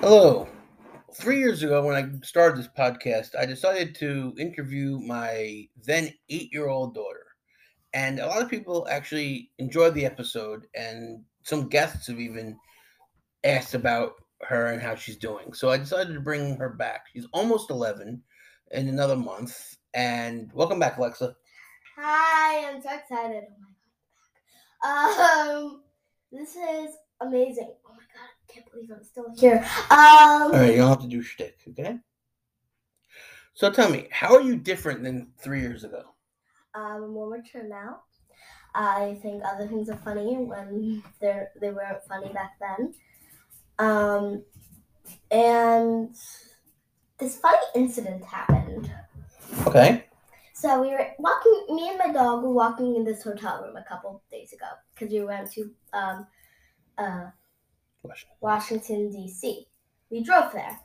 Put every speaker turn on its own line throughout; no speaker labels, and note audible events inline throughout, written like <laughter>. Hello. Three years ago, when I started this podcast, I decided to interview my then eight year old daughter. And a lot of people actually enjoyed the episode, and some guests have even asked about her and how she's doing. So I decided to bring her back. She's almost 11 in another month. And welcome back, Alexa.
Hi, I'm so excited. Oh my god. Um, this is amazing. Oh my god, I can't believe I'm still here. Um,
All right, you don't have to do shtick, okay? So tell me, how are you different than three years ago?
I'm um, more mature now. I think other things are funny when they're they weren't funny back then. Um, and this funny incident happened.
Okay.
So we were walking. Me and my dog were walking in this hotel room a couple days ago because we went to um, uh,
Question.
Washington D.C. We drove there,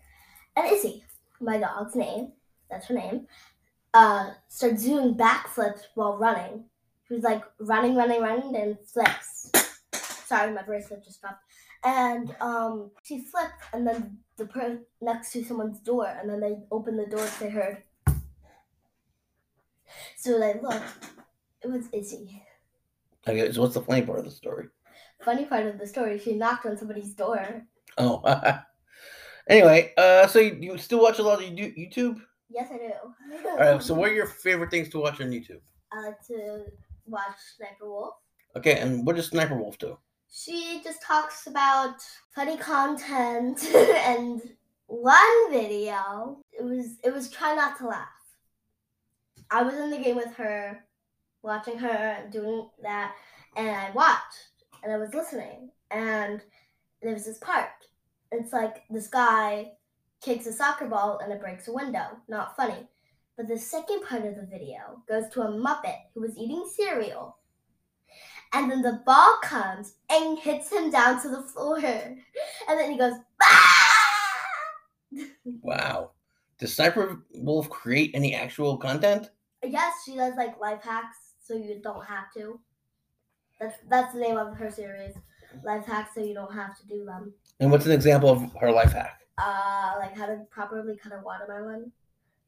and Izzy, my dog's name, that's her name, uh, starts doing backflips while running. She was like running, running, running, then flips. <coughs> Sorry, my bracelet just dropped. And um, she flipped, and then the per next to someone's door, and then they opened the door. so They heard. So they looked. It was Izzy.
Okay, so what's the funny part of the story?
Funny part of the story, she knocked on somebody's door.
Oh. <laughs> anyway, uh, so you, you still watch a lot of you- YouTube?
Yes, I do.
All right, so what are your favorite things to watch on YouTube?
I like uh, to watch Sniper Wolf.
Okay, and what does Sniper Wolf do?
She just talks about funny content <laughs> and one video. It was it was try not to laugh. I was in the game with her, watching her and doing that, and I watched and I was listening, and there was this part. It's like this guy kicks a soccer ball and it breaks a window. Not funny. But the second part of the video goes to a Muppet who was eating cereal and then the ball comes and hits him down to the floor. And then he goes, "Ah!"
Wow. Does Sniper Wolf create any actual content?
Yes, she does like life hacks so you don't have to. That's that's the name of her series. Life hacks so you don't have to do them.
And what's an example of her life hack?
Uh like how to properly cut a watermelon.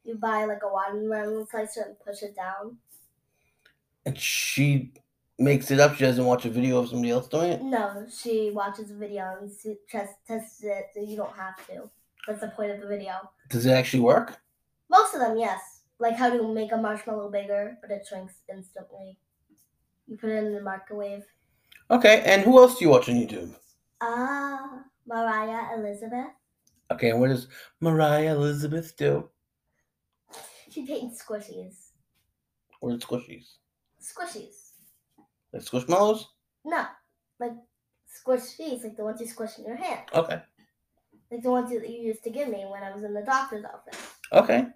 You buy like a watermelon slicer and push it down.
And she makes it up. She doesn't watch a video of somebody else doing it.
No, she watches a video and she test tests it so you don't have to. That's the point of the video.
Does it actually work?
Most of them, yes. Like how to make a marshmallow bigger, but it shrinks instantly. You put it in the microwave.
Okay. And who else do you watch on YouTube?
Ah, Mariah Elizabeth.
Okay. And what does Mariah Elizabeth do?
She paints squishies.
Or squishies?
Squishies.
Like squishmallows?
No, like squishies, like the ones you squish in your hand,
Okay.
like the ones that you used to give me when I was in the doctor's office.
Okay.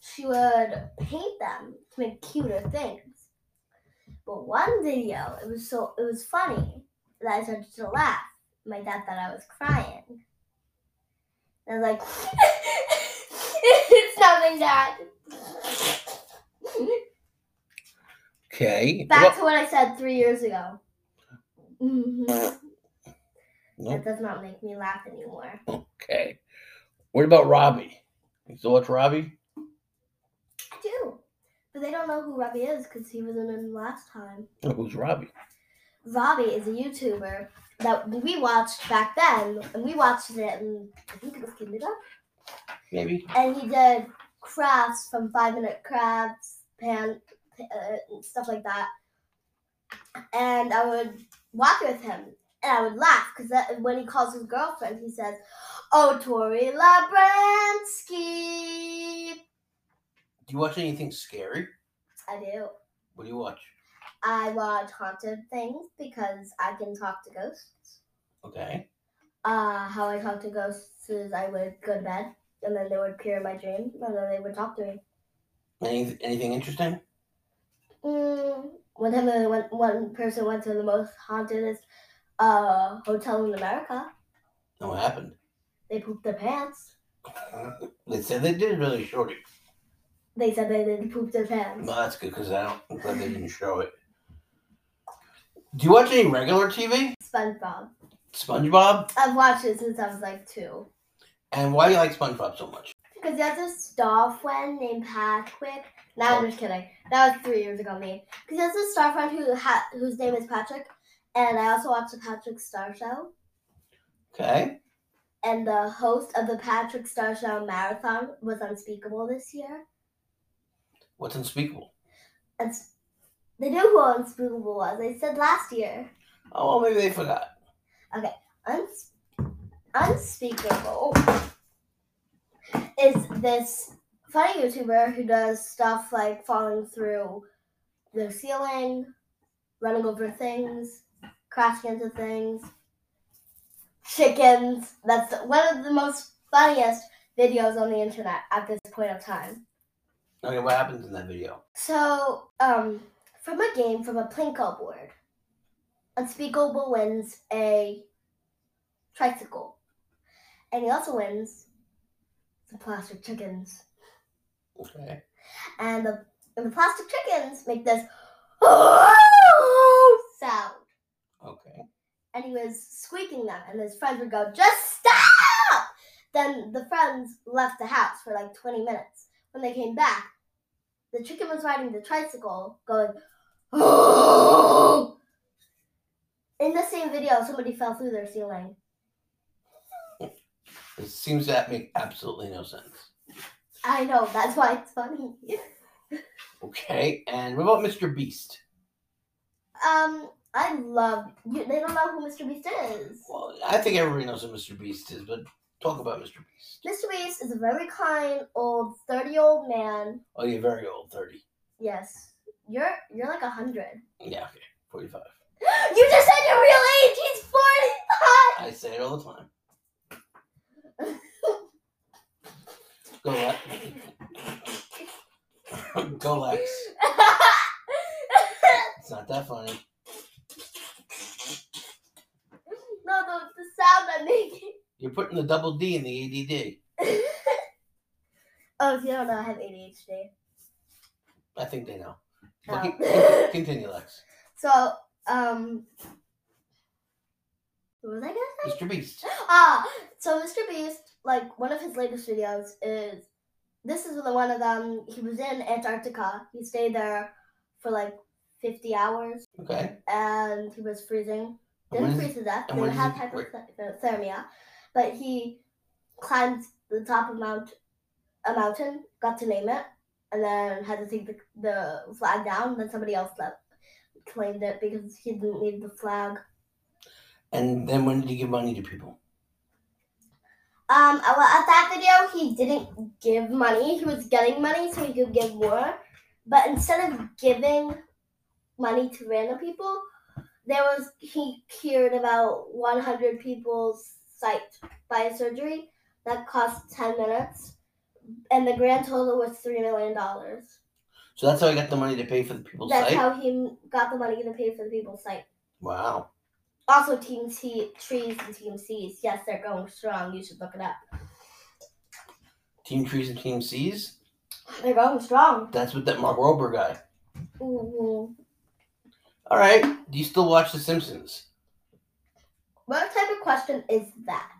she would paint them to make cuter things. But one video, it was so it was funny that I started to laugh. My dad thought I was crying. And I was like, <laughs> "It's nothing, Dad."
Okay.
Back to what I said three years ago. Mhm.
Well,
That does not make me laugh anymore.
no. Okay. What about Robbie? You still watch Robbie?
I do, but they don't know who Robbie is because he wasn't in last time.
Oh, who's Robbie?
Robbie is a YouTuber that we watched back then, and we watched it, and I think it was Canada.
Maybe.
And he did crafts from Five Minute Crafts, pan, uh, and stuff like that. And I would watch it with him, and I would laugh because when he calls his girlfriend, he says, "Oh, Tori Labransky."
Do you watch anything scary?
I do.
What do you watch?
I watch haunted things because I can talk to ghosts.
Okay.
uh, how I talked to ghosts is I would go to bed, and then they would appear in my dream, and then they would talk to me.
Any, anything interesting?
Mm. One time, I went, one person went to the most hauntedest uh, hotel in America.
No, what happened?
They pooped their pants.
They said they did really short it.
They said they didn't poop their pants.
Well, that's good because I don't. I'm glad they didn't show it. Do you watch any regular TV?
SpongeBob.
SpongeBob.
I've watched it since I was like two.
And why do you like SpongeBob so much?
Because there's this star friend named Patrick. No, I'm just kidding. That was three years ago, me. Because there's this star friend who ha- whose name is Patrick, and I also watch the Patrick Star Show.
Okay.
And the host of the Patrick Star Show marathon was Unspeakable this year.
What's unspeakable?
And s- they knew who Unspeakable was. They said last year.
Oh, well, maybe they forgot.
Uns- unspeakable is this funny YouTuber who does stuff like falling through the ceiling, running over things, crashing into things, chickens. That's one of the most funniest videos on the internet at this point of time.
Okay, what happens in that video?
So, um, from a game from a Plinko board, Unspeakable wins a tricycle, and he also wins the plastic chickens.
Okay.
And the and the plastic chickens make this <gasps> sound,
Okay.
and he was squeaking them, and his friends would go, "Just stop!" Then the friends left the house for like twenty minutes. When they came back, the chicken was riding the tricycle, going. <gasps> In the same video, somebody fell through their ceiling.
It seems that make absolutely no sense.
I know, that's why it's funny. <laughs>
Okay. And what about Mr. Beast?
Um, I love. You, they don't know who Mr. Beast is.
Well, I think everybody knows who Mr. Beast is, but talk about Mr. Beast.
Mr. Beast is a very kind old thirty-year-old man.
Oh, you're very old, 30.
Yes, you're you're like a hundred.
Yeah, okay. 45.
<gasps> You just said your real age. He's forty-five. <laughs>
I say it all the time. Go, Lex. Go, Lex. It's not that funny.
no, the, the sound I'm making.
You're putting the double D in the
<laughs> oh, if you don't know, I have ADHD.
ADD. I think they know.
Oh.
Con- con- Continue, Lex.
<laughs> So, um, what was I gonna say?
Mr. Beast.
Ah, so Mr. Beast, like one of his latest videos is this is the one of them. He was in Antarctica. He stayed there for like 50 hours
Okay.
and he was freezing.
And what
Didn't
is
freeze to death.
and
Didn't
what is it-
have
wait.
hypothermia, but he climbed the top of Mount a mountain, got to name it, and then had to take the, the flag down. Then somebody else left, claimed it because he didn't need the flag.
And then when did you give money to people?
Um, well, at that video, he didn't give money. He was getting money so he could give more. But instead of giving money to random people, there was he cured about 100 people's sight by a surgery that cost 10 minutes, and the grand total was three million dollars.
So that's how I got the money to pay for the people's
That's
site?
how he got the money to pay for the people's sight.
wow.
Also, Team T trees and Team C's. Yes, they're going strong. You should look it up.
Team Trees and Team Seas?
They're going strong.
That's with that Mark Rober guy.
Mhm.
All right. Do you still watch The Simpsons?
What type of question is that?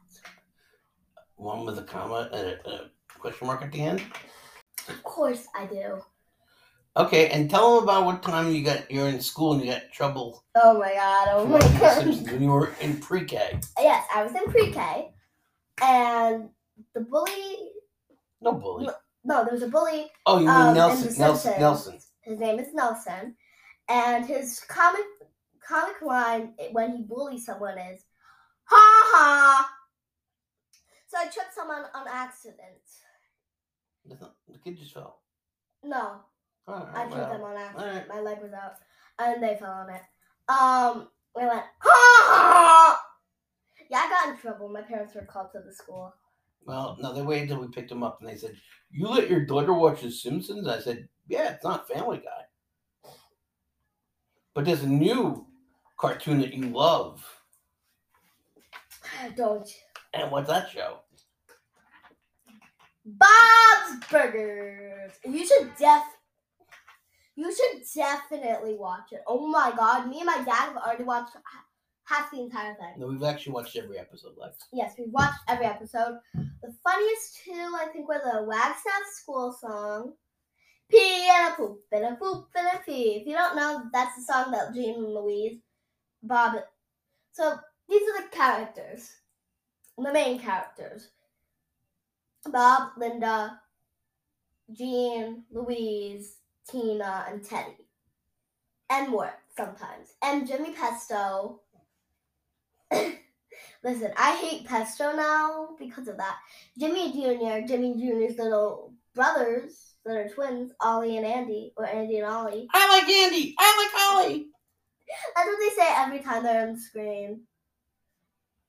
One with a comma and a, and a question mark at the end?
Of course I do.
Okay. And tell them about what time you got, you're in school and you got trouble
Oh my god, oh
for
my
watching The
god.
Simpsons when you were in pre-K.
<laughs> Yes, I was in pre K and the bully
No bully.
no, there was a bully,
Oh, you mean
Um, and
Nelson.
The
Nelson.
Simpsons.
Nelson.
his name is Nelson, and his comic comic line when he bullies someone is ha ha So I tripped someone on accident.
That's not- The kid just fell.
No,
All right,
I tripped
well.
them on accident.
alright.
My leg was out, and they fell on it. Um, I went, ha! Yeah, I got in trouble. My parents were called to the school. <sighs>
Well, no, they waited until we picked him up and they said, You let your daughter watch The Simpsons? I said, Yeah, it's not Family Guy. But there's a new cartoon that you love.
Don't. you?
And what's that show?
Bob's Burgers. You should def. You should definitely watch it. Oh my god, me and my dad have already watched h- half the entire thing.
No, we've actually watched every episode, Lex.
Yes, we watched every episode. The funniest two, I think, were the Wagstaff School song, Pee and a poop and a poop and a pee. If you don't know, that's the song that Jean and Louise, Bob. So these are the characters, the main characters: Bob, Linda, Jean, Louise, Tina, and Teddy, and more sometimes, and Jimmy Pesto. Listen, I hate Pesto now because of that. Jimmy Jr., Jimmy Jr.'s little brothers that are twins, Ollie and Andy, or Andy and Ollie.
I like Andy. I like Ollie.
That's what they say every time they're on screen.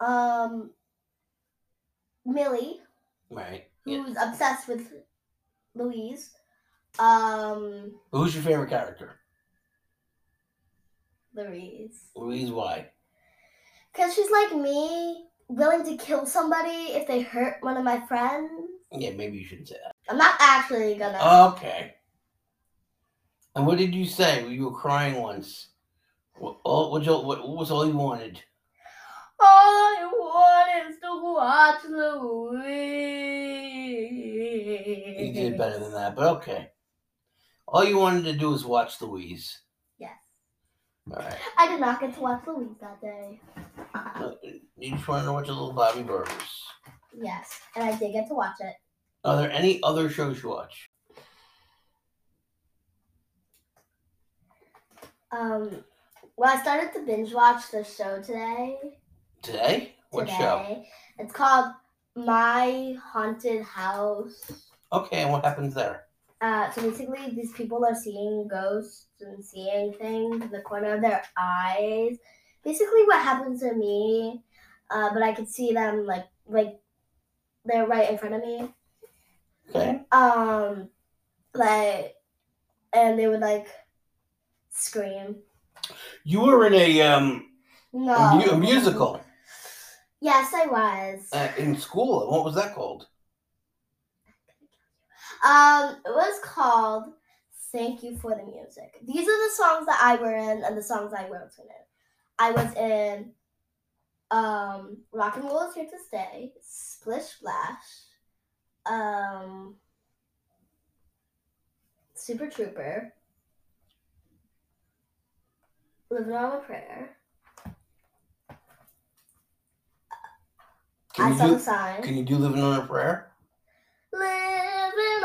Um, Millie,
Right. Yeah.
who's obsessed with Louise. Um,
Who's your favorite character?
Louise.
Louise why?
Because she's like me, willing to kill somebody if they hurt one of my friends.
Yeah, maybe you shouldn't say that.
I'm not actually gonna.
Oh, Okay. And what did you say? Well, You were crying once. What, all, what, you, what, what was all you wanted?
All I want is to watch Louise.
You did better than that, but okay. All you wanted to do was watch Louise.
Yes.
All right.
I did not get to watch Louise that day. <laughs>
You just wanted to watch a little Bobby Burgers.
Yes, and I did get to watch it.
Are there any other shows you watch?
Um, well, I started to binge watch this show today.
Today? What
today.
show?
It's called My Haunted House.
Okay, and what happens there?
Uh, so basically, these people are seeing ghosts and seeing things in the corner of their eyes. Basically, what happened to me, uh, but I could see them like like they're right in front of me.
Okay.
Um, like, and they would like scream.
You were in a um
No,
a, mu- a musical
Yes, I was.
uh, in school. What was that called?
Um, it was called "Thank You for the Music." These are the songs that I were in and the songs I wrote in it. I was in um, "Rock and Roll Is Here to Stay," "Splish Splash," um, "Super Trooper," "Living on a Prayer."
Can
I
you
saw
do
the sign.
Can you do Living on a Prayer?
Living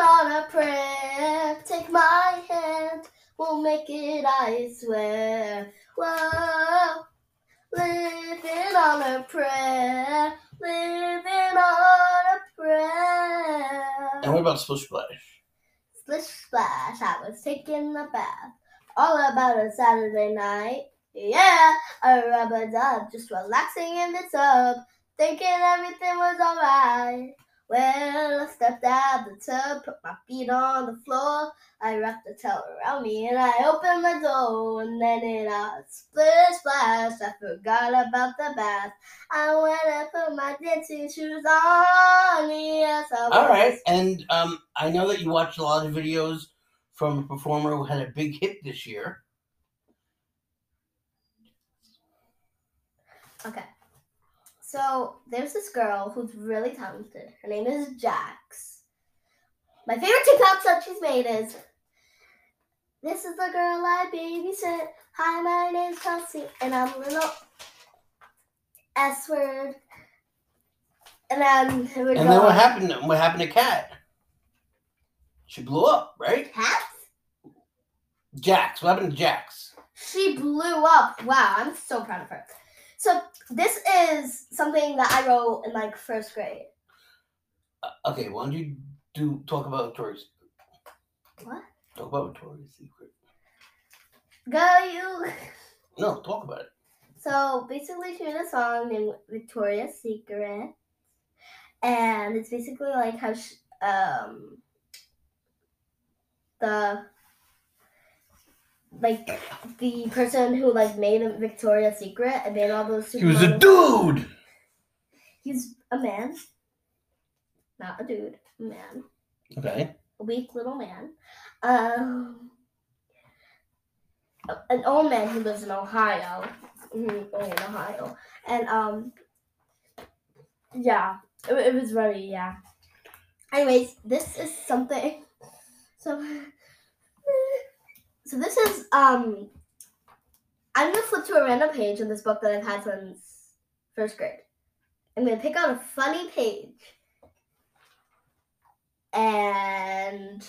on a prayer, take my hand, we'll make it, I swear. Whoa, living on a prayer, living on a
And what
prayer.
about Splish Splash?
Splish splash, I was taking a bath, all about a Saturday night. Yeah, a rubber dub, just relaxing in the tub, thinking everything was alright. Well, I stepped out the tub, put my feet on the floor. I wrapped the towel around me and I opened the door. And then it all splish splash. I forgot about the bath. I went and put my dancing shoes on. Yes, I
All
was-
right, and um, I know that you watched a lot of videos from a performer who had a big hit this year.
Okay. So there's this girl who's really talented. Her name is Jax. My favorite TikToks that she's made is This is the girl I babysit. Hi, my name's Chelsea, and I'm little S word. And then here we
And
go.
then what happened? to- What happened to Kat? She blew up, right?
Cats?
Jax. What happened to Jax?
She blew up. Wow, I'm so proud of her. So this is something that I wrote in like first grade.
Uh, okay, why don't you do talk about Victoria's?
What?
Talk about Victoria's Secret.
Girl, you
No, talk about it.
So basically, she made a song named Victoria's Secret, and it's basically like how she, um the like the person who like made Victoria's Secret and made all those
He was a
supermodels-
dude.
He's a man, not a dude, a man,
Okay.
a weak little man. Um, an old man who lives in Ohio, Mhm, only in Ohio, and um, yeah, it, it was really yeah. Anyways, this is something. So, so this is um. I'm gonna flip to a random page in this book that I've had since first grade. I'm gonna pick out a funny page, and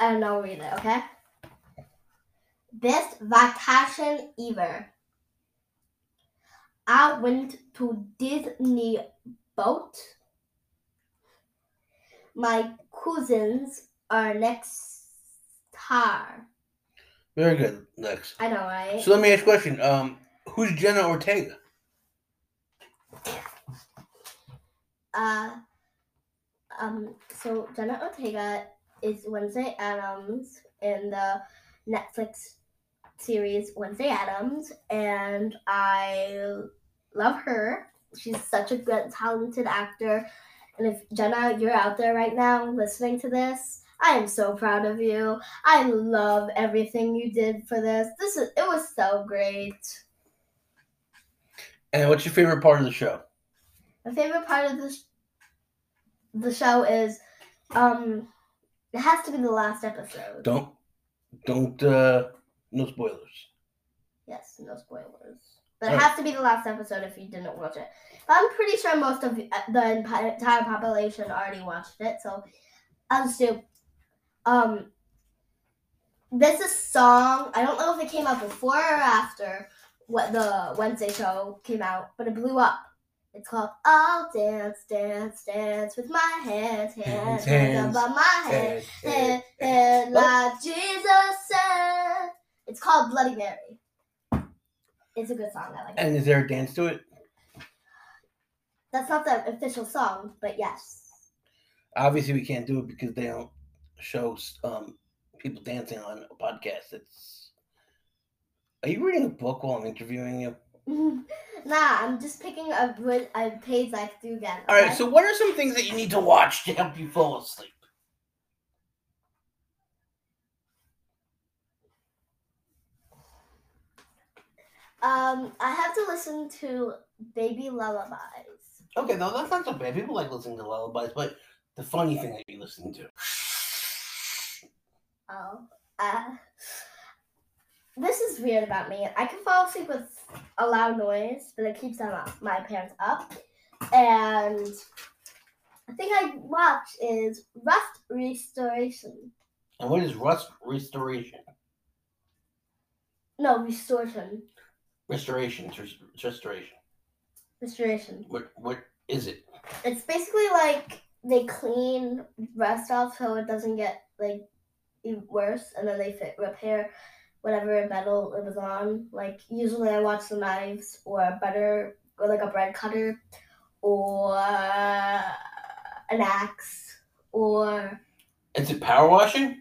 and I'll read it. Okay. Best vacation ever. I went to Disney boat. My cousins are next star.
Very good, Lex.
I know, right?
So let me ask you a question. Um, who's Jenna Ortega?
uh, um, so Jenna Ortega is Wednesday Adams in the Netflix series Wednesday Adams, and I love her. She's such a good, talented actor. And if Jenna, you're out there right now listening to this, I am so proud of you. I love everything you did for this. This is it was so great.
And what's your favorite part of the show?
My favorite part of this the show is um it has to be the last episode.
Don't, don't, uh, no spoilers.
Yes, no spoilers. But it
Alright.
has to be the last episode if you didn't watch it. But I'm pretty sure most of uh, the the entire population already watched it, so I'll just do. Um, there's a song. I don't know if it came out before or after what the Wednesday show came out, but it blew up. It's called "I'll Dance, Dance, Dance with My Hands, Hands,
Hands,
Hands
hands,
Above My Head,
Hey, hey.
Head, Head Like Jesus Said." It's called "Bloody Mary." It's a good song. I like it.
And is there a dance to it?
That's not the official song, but yes. <laughs>
Obviously, we can't do it because they don't show um, people dancing on a podcast. It's. Are you reading a book while I'm interviewing you?
nah, I'm just picking a, wood- a page I threw again.
All right.
okay?
So, what are some things that you need to watch to help you fall asleep?
um, I have to listen to Baby Lullabies.
Okay, no, that's not so bad. People like listening to lullabies, but the funny thing that you listen to.
Oh, uh, this is weird about me. I can fall asleep with a loud noise, but it keeps them up, my parents up. And I think I watch is Rust Restoration.
And what is rust restoration?
No, Restoration.
Restoration, it's res- it's restoration.
Restoration.
What what is it?
It's basically like they clean rust off so it doesn't get like e- worse, and then they fit, repair whatever metal it was on. Like usually, I watch the knives or a butter or like a bread cutter or an axe or
Is it power washing?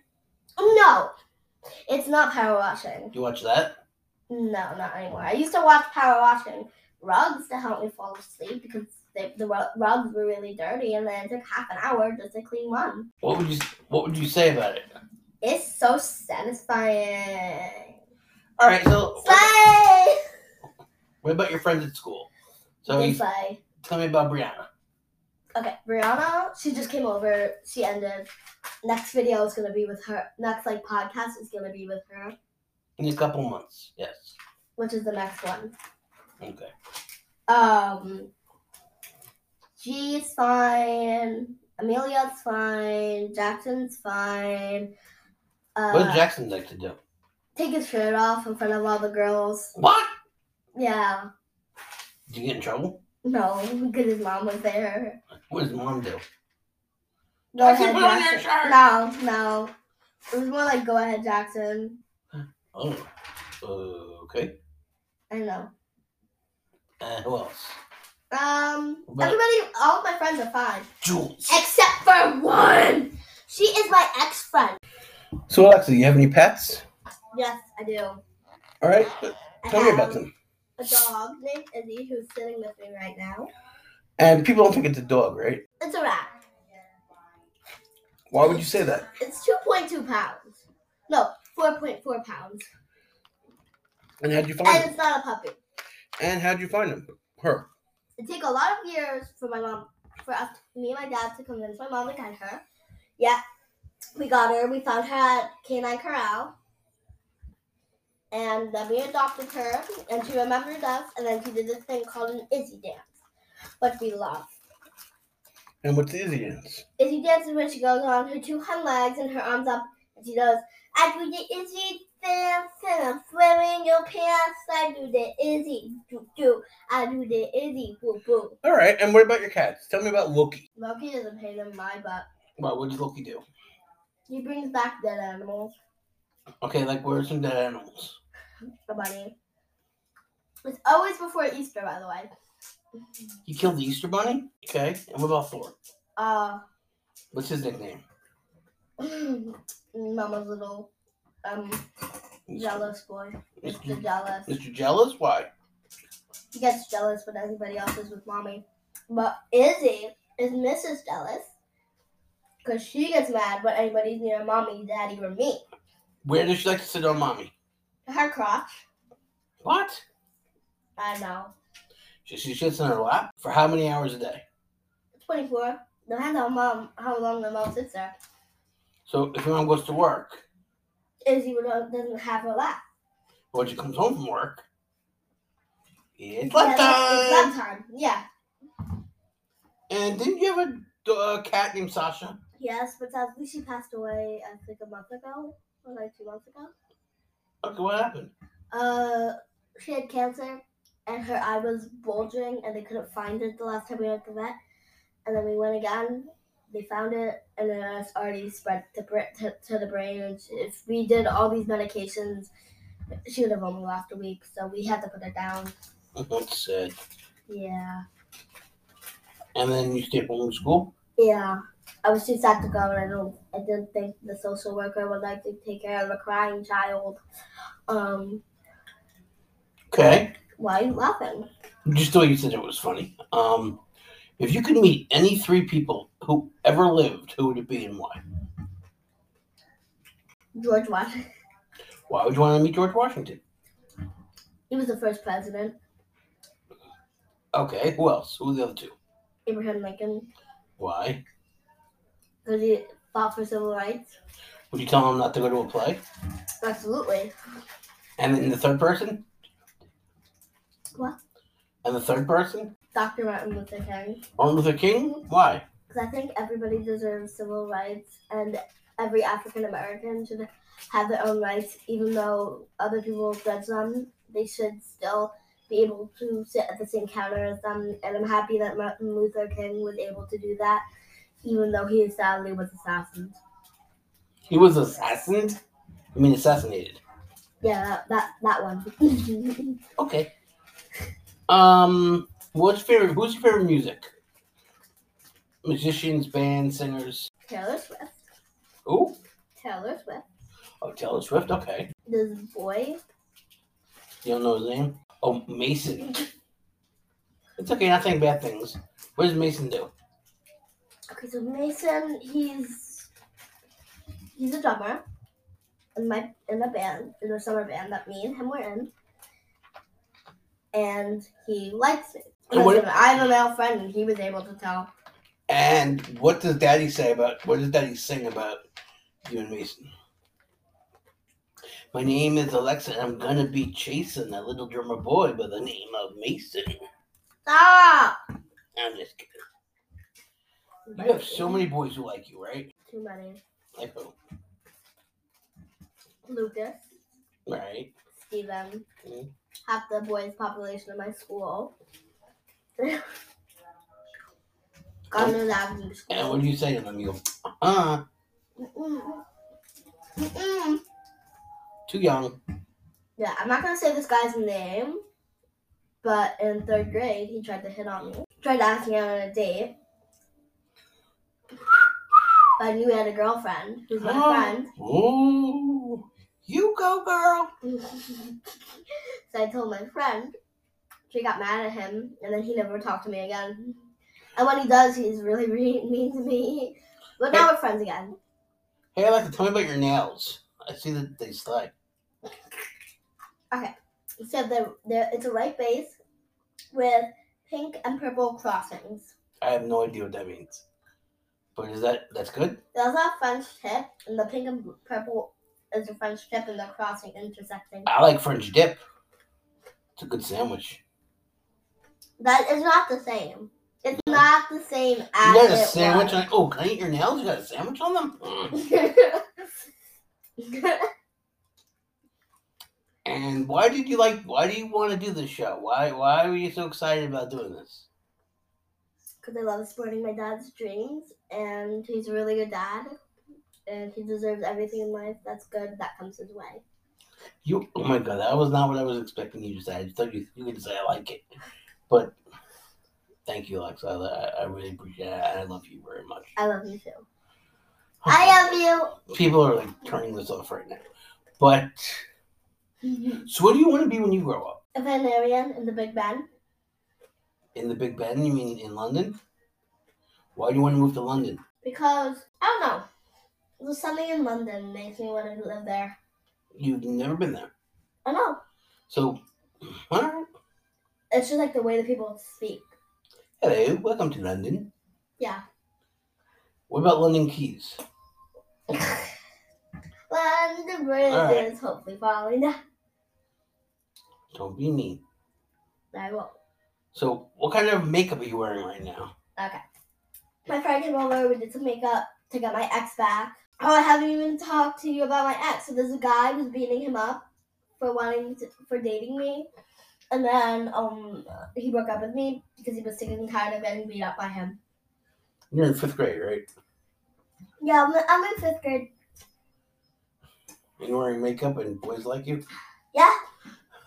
no, it's not power washing.
You watch that?
No, not anymore. I used to watch power washing rugs to help me fall asleep because. They, the rug- rugs were really dirty, and then it took half an hour just to clean one.
What would you s- What would you say about it?
It's so satisfying.
All right, so what,
Slay!
what about your friends at school? So
They
you,
slay.
tell me about Brianna.
Okay, Brianna, she just came over. She ended. Next video is gonna be with her. Next like podcast is gonna be with her,
In a couple months, yes.
which is the next one.
Okay.
Um, G's fine. Amelia's fine. Jackson's fine. Uh,
What does Jackson like to do?
take his shirt off in front of all the girls.
What?
Yeah.
Did you get in trouble?
No, <laughs> because his mom was there.
What does mom do?
Go
Jackson,
ahead,
put on your
Jackson.
shirt.
No, no. It was more like go ahead, Jackson.
Oh, Uh, okay.
I know.
Uh, who else?
Um,
But-
everybody, all of my friends are fine
Jules.
except for one. She is my ex friend.
So Alexa, you have any pets?
Yes, I do.
All right,
I
tell me about
have
them.
A dog named Izzy who's sitting with me right now.
And people don't think it's a dog, right?
It's a rat.
Why would you say that?
It's two point two pounds. No, four point four pounds.
And how'd you find
And
them?
it's not a puppy.
And how'd you find them? Her.
It took a lot of years for my mom for us, me and my dad to convince my mom to get her. Yeah, we got her. We found her at Canine Corral. And then we adopted her, and she remembered us, and then she did this thing called an Izzy dance, which we love.
And what's the Izzy dance?
Izzy dances when she goes on her two hind legs and her arms up, and she goes, I do the Izzy dance, and I'm wearing your pants. I do the Izzy do do. I do the Izzy boo boo.
All right. And what about your cats? Tell me about Loki.
Loki doesn't pay them my butt.
Well, what does Loki do?
He brings back dead animals,
Okay, like where are some dead animals?
the bunny. It's always before Easter, by the way.
He killed the Easter Bunny. Okay. And what about Thor?
Uh, <clears throat>
What's his nickname?
Mama's little um jealous boy. Mr.
Mr.
Jealous.
Mr. Jealous? Why?
He gets jealous when everybody else is with mommy. But Izzy is Mrs. Jealous because she gets mad when anybody's near mommy, daddy, or me.
Where does she like to sit on mommy?
Her crotch.
What?
I know.
She, she sits on her lap for how many hours a day?
24. Depends on mom, how long the mom sits there.
So if your mom goes to work,
Izzy would- uh, doesn't have her lap.
But when she comes home from work, it's lunchtime.
Yeah, it's lap time. Yeah.
And didn't you have a d- uh, cat named Sasha?
Yes, but sadly she passed away, I think, a month ago or like two months ago.
Okay, what happened? <laughs>
Uh, she had cancer, and her eye was bulging, and they couldn't find it the last time we went to the vet. And then we went again. They found it, and then it's already spread to, br- to, to the brain. And she- if we did all these medications, she would have only last a week. So we had to put her down.
That's sad.
Yeah,
And then you stayed home from school.
yeah. I was too sad to go, and I don't. I didn't think the social worker would like to take care of a crying child. Um,
Okay.
why are you laughing?
Just the way you said it was funny. Um, if you could meet any three people who ever lived, who would it be and why?
George Washington. <laughs>
Why would you want to meet George Washington?
He was the first president.
Okay. Who else? Who are the other two?
Abraham Lincoln
Why?
because he fought for civil rights.
Would you tell him not to go to a play?
Absolutely.
And then the third person?
What?
And the third person?
Dr. Martin Luther King.
Martin Luther King? Why?
Because I think everybody deserves civil rights and every African American should have their own rights, even though other people judge them. They should still be able to sit at the same counter as them. And I'm happy that Martin Luther King was able to do that, even though he sadly was assassinated.
He was assassinated? I mean, assassinated.
Yeah, that, that, that one. <laughs>
Okay. Um, what's favorite? Who's your favorite music? Musicians, bands, singers.
Taylor Swift.
Ooh,
Taylor Swift.
oh, Taylor Swift. Okay,
This boy
you don't know his name. Oh, Mason. It's okay. Not saying bad things. What does Mason do?
Okay, so Mason, he's he's a drummer in my in a band in a summer band that me and him were in, and he likes me.
And what-
Listen, I have a male friend, and he was able to tell.
And what does Daddy say about? What does Daddy sing about you and Mason? My name is Alexa. and I'm gonna be chasing a little drummer boy by the name of Mason.
Stop!
I'm just kidding. You have so many boys who like you, right?
Too many.
Like who?
Lucas,
Right.
Steven,
Mhm.
half the boys' population in my school. <laughs> God knows I was in the
And
school.
what do you say to them? You go, uh-uh,
Mm-mm. Mm-mm.
too young.
Yeah, I'm not gonna say this guy's name, but in third grade he tried to hit on me. Tried to ask me out on a date. I knew he had a girlfriend who's my friend. <laughs>
Ooh. You go, girl.
so I told my friend. She got mad at him, and then he never talked to me again. And when he does, he's really <laughs> re- mean to me. But now we're friends again.
Hey, Alexa, tell me about your nails. I see that they slide.
So they're, they're, it's a white base with pink and purple crossings.
I have no idea what that means. But is that that's good?
There's a French tip, and the pink and purple is the French tip, and the crossing intersecting.
I like French dip. It's a good sandwich.
That is not the same. It's not the same as
you got a
it
sandwich
was. <laughs>
on oh, can I eat your nails? You got a sandwich on them? Mm. And why did you like why do you want to do this show? Why why were you so excited about doing this?
Because I love supporting my dad's dreams, and he's a really good dad, and he deserves everything in life that's good that comes his way.
You oh my god, that was not what I was expecting you to say. I just thought you you could say I like it. But thank you, Alexa. I, I really appreciate it. I love you very much.
I love you too. I uh, love
people are like turning this off right now. But
you. <laughs>
so what do you want to be when you grow up?
a veterinarian in the Big Ben.
In the Big Ben, you mean in London? Why do you want to move to London?
Because I don't know. There's something in London makes me want to live there.
You've never been there.
I know.
So <clears throat> all right.
It's just like the way that people speak.
Hello, welcome to London.
Yeah.
What about London Keys?
When the bridge
Alright.
is hopefully falling down.
Don't be mean.
I won't.
So, what kind of makeup are you wearing right now?
Okay. My friend came over, we did some makeup to get my ex back. Oh, I haven't even talked to you about my ex. So there's a guy who's beating him up for wanting to, for dating me. And then um he broke up with me because he was sick and tired of getting beat up by him.
You're in fifth grade, right?
Yeah, I'm, I'm in fifth grade.
And you're wearing makeup, and boys like you.
Yeah,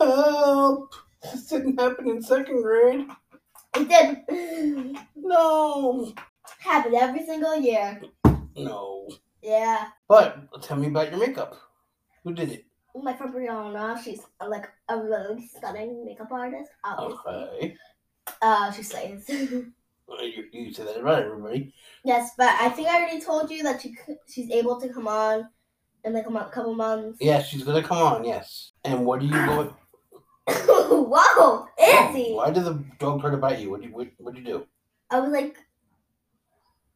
Help! This didn't happen in second grade.
it did. <laughs>
No,
Happened every single year.
no.
Yeah.
But tell me about your makeup. Who did it?
my friend Brianna, she's uh, like a really stunning makeup artist. Obviously.
Okay.
Uh, she slays. <laughs>
Well, Oh, You, you say that about everybody.
yes, but I think I already told you that she c- she's able to come on in like a mo- couple months.
Yeah, she's gonna come on. Yes. And what are you going?
<laughs> Whoa, Ah, Izzy!
Why did the dog try to bite you? What do you what what you do?
I was like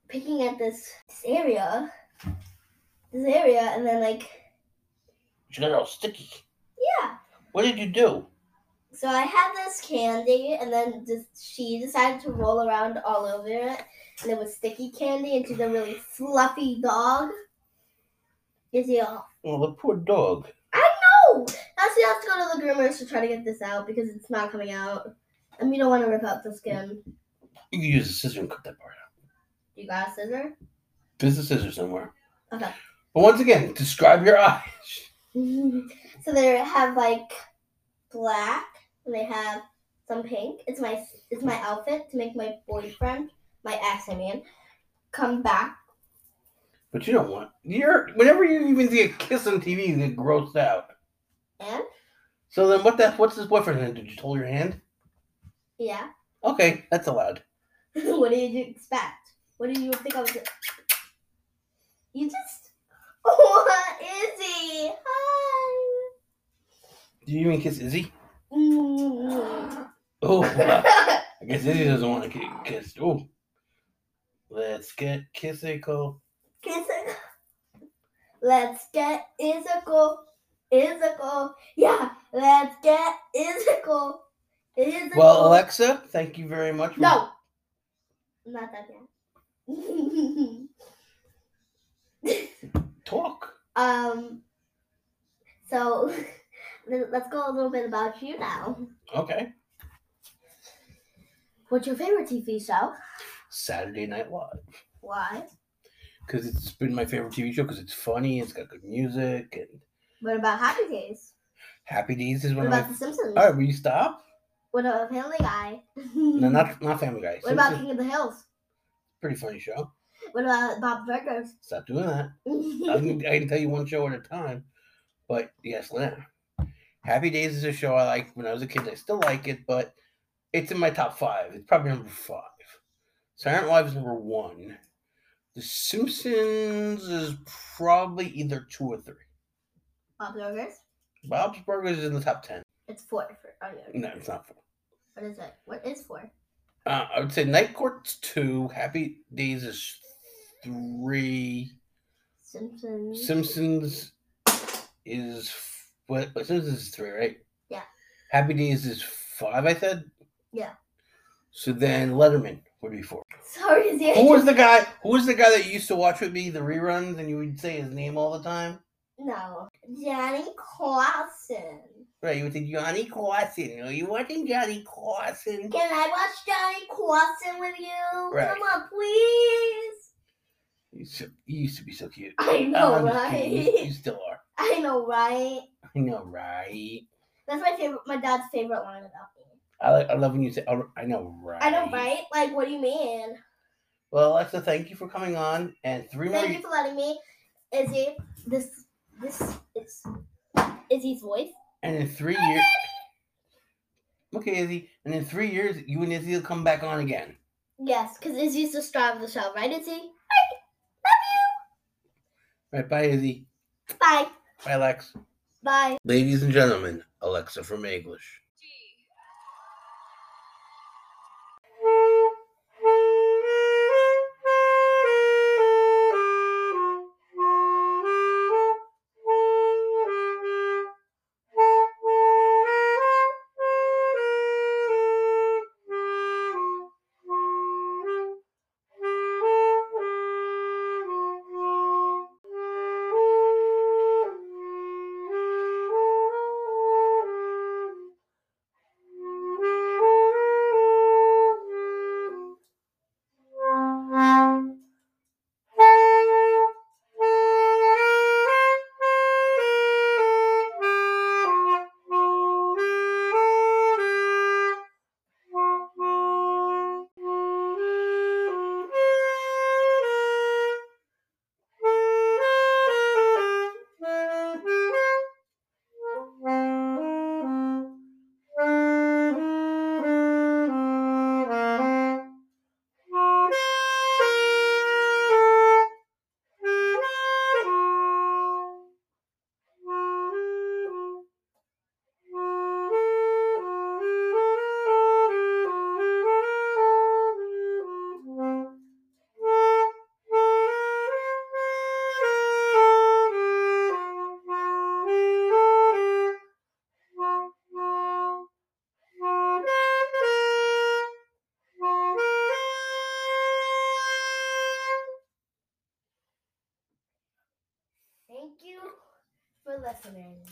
picking at this this area, this area, and then like
She got all sticky.
yeah.
What did you do?
So I had this candy, and then just, she decided to roll around all over it, and it was sticky candy, and she's a really fluffy dog. Is he all?
Well, the poor dog.
No, now she has to go to the groomers to try to get this out because it's not coming out, and we don't want to rip out the skin.
You can use a scissor and cut that part out.
You got a scissor?
There's a scissor somewhere.
Okay.
But once again, describe your <laughs> eyes.
<laughs> so they have like black, and they have some pink. It's my it's my outfit to make my boyfriend, my ex, I mean, come back.
But you don't want you're whenever you even see a kiss on TV, you get grossed out.
And
So then, what the what's this boyfriend gonna do? Just hold your hand?
yeah.
Okay, that's allowed.
<laughs> what did you expect? What did you think I was? You just. <laughs> What is he? Hi.
Do you even kiss Izzy?
Mm.
Oh, <laughs> wow. I guess Izzy doesn't want to get kissed. Oh, let's get kissical.
<laughs> Kiss it. Let's get Isical. Isical. Yeah. Let's get Isical. Isical.
Well, Alexa, thank you very much. for-
no. Not that yet. <laughs>
talk.
um. So, <laughs> let's go a little bit about you now.
Okay,
What's your favorite TV show?
Saturday Night Live.
Why?
because it's been my favorite TV show because it's funny, it's got good music, and
What about Happy Days?
Happy Days is one
What
of
about
my.
The Simpsons?
All right, will you stop?
What about Family Guy?
Oh. No,
<laughs>
not not Family Guy.
what about
Simpsons,
King of the Hills?
pretty funny show.
What about Bob Burgers?
Stop doing that.
<laughs>
I can, I can tell you one show at a time, but yes, Lynn. Happy Days is a show I liked when I was a kid. I still like it, but it's in my top five. It's probably number five. Silent Live is number one. The Simpsons is probably either two or three.
Bob Burgers?
Bob's Burgers is in the top ten. Mm.
It's four for oh, yeah.
No, it's not four.
What is it? What is four?
Uh, I would say Night Court's two, Happy Days is three,
Simpsons.
Simpsons is f- what? what Simpsons is three, right?
Yeah.
Happy Days is five. I said.
Yeah.
So then Letterman would be
<laughs>
four.
Sorry, Zia.
Who was the guy? Who was the guy that you used to watch with me the reruns, and you would say his name all the time?
No, Johnny Clausen.
Right, you would say Johnny Carson. Are you watching Johnny Carson?
Can I watch Johnny Clausen with you?
Right.
Come on, please.
You used to, you used to be so cute.
I know,
I'm just kidding. You, you
right?
still are.
<laughs> I know, right?
I know, right?
That's my favorite. My dad's favorite line about me.
I, like, I love when you say, "Oh, I know, right?
I know, right? Like, what do you mean?
Well, Alexa, thank you for coming on, and three more.
Thank you for letting me, Izzy. This, this is Izzy's voice.
And in three years, okay, Izzy. And in three years, you and Izzy will come back on again.
Yes, because Izzy's the star of the show, right, Izzy?
Right, bye, Izzy.
Bye.
Bye, Lex.
Bye.
Ladies and gentlemen, Alexa from English.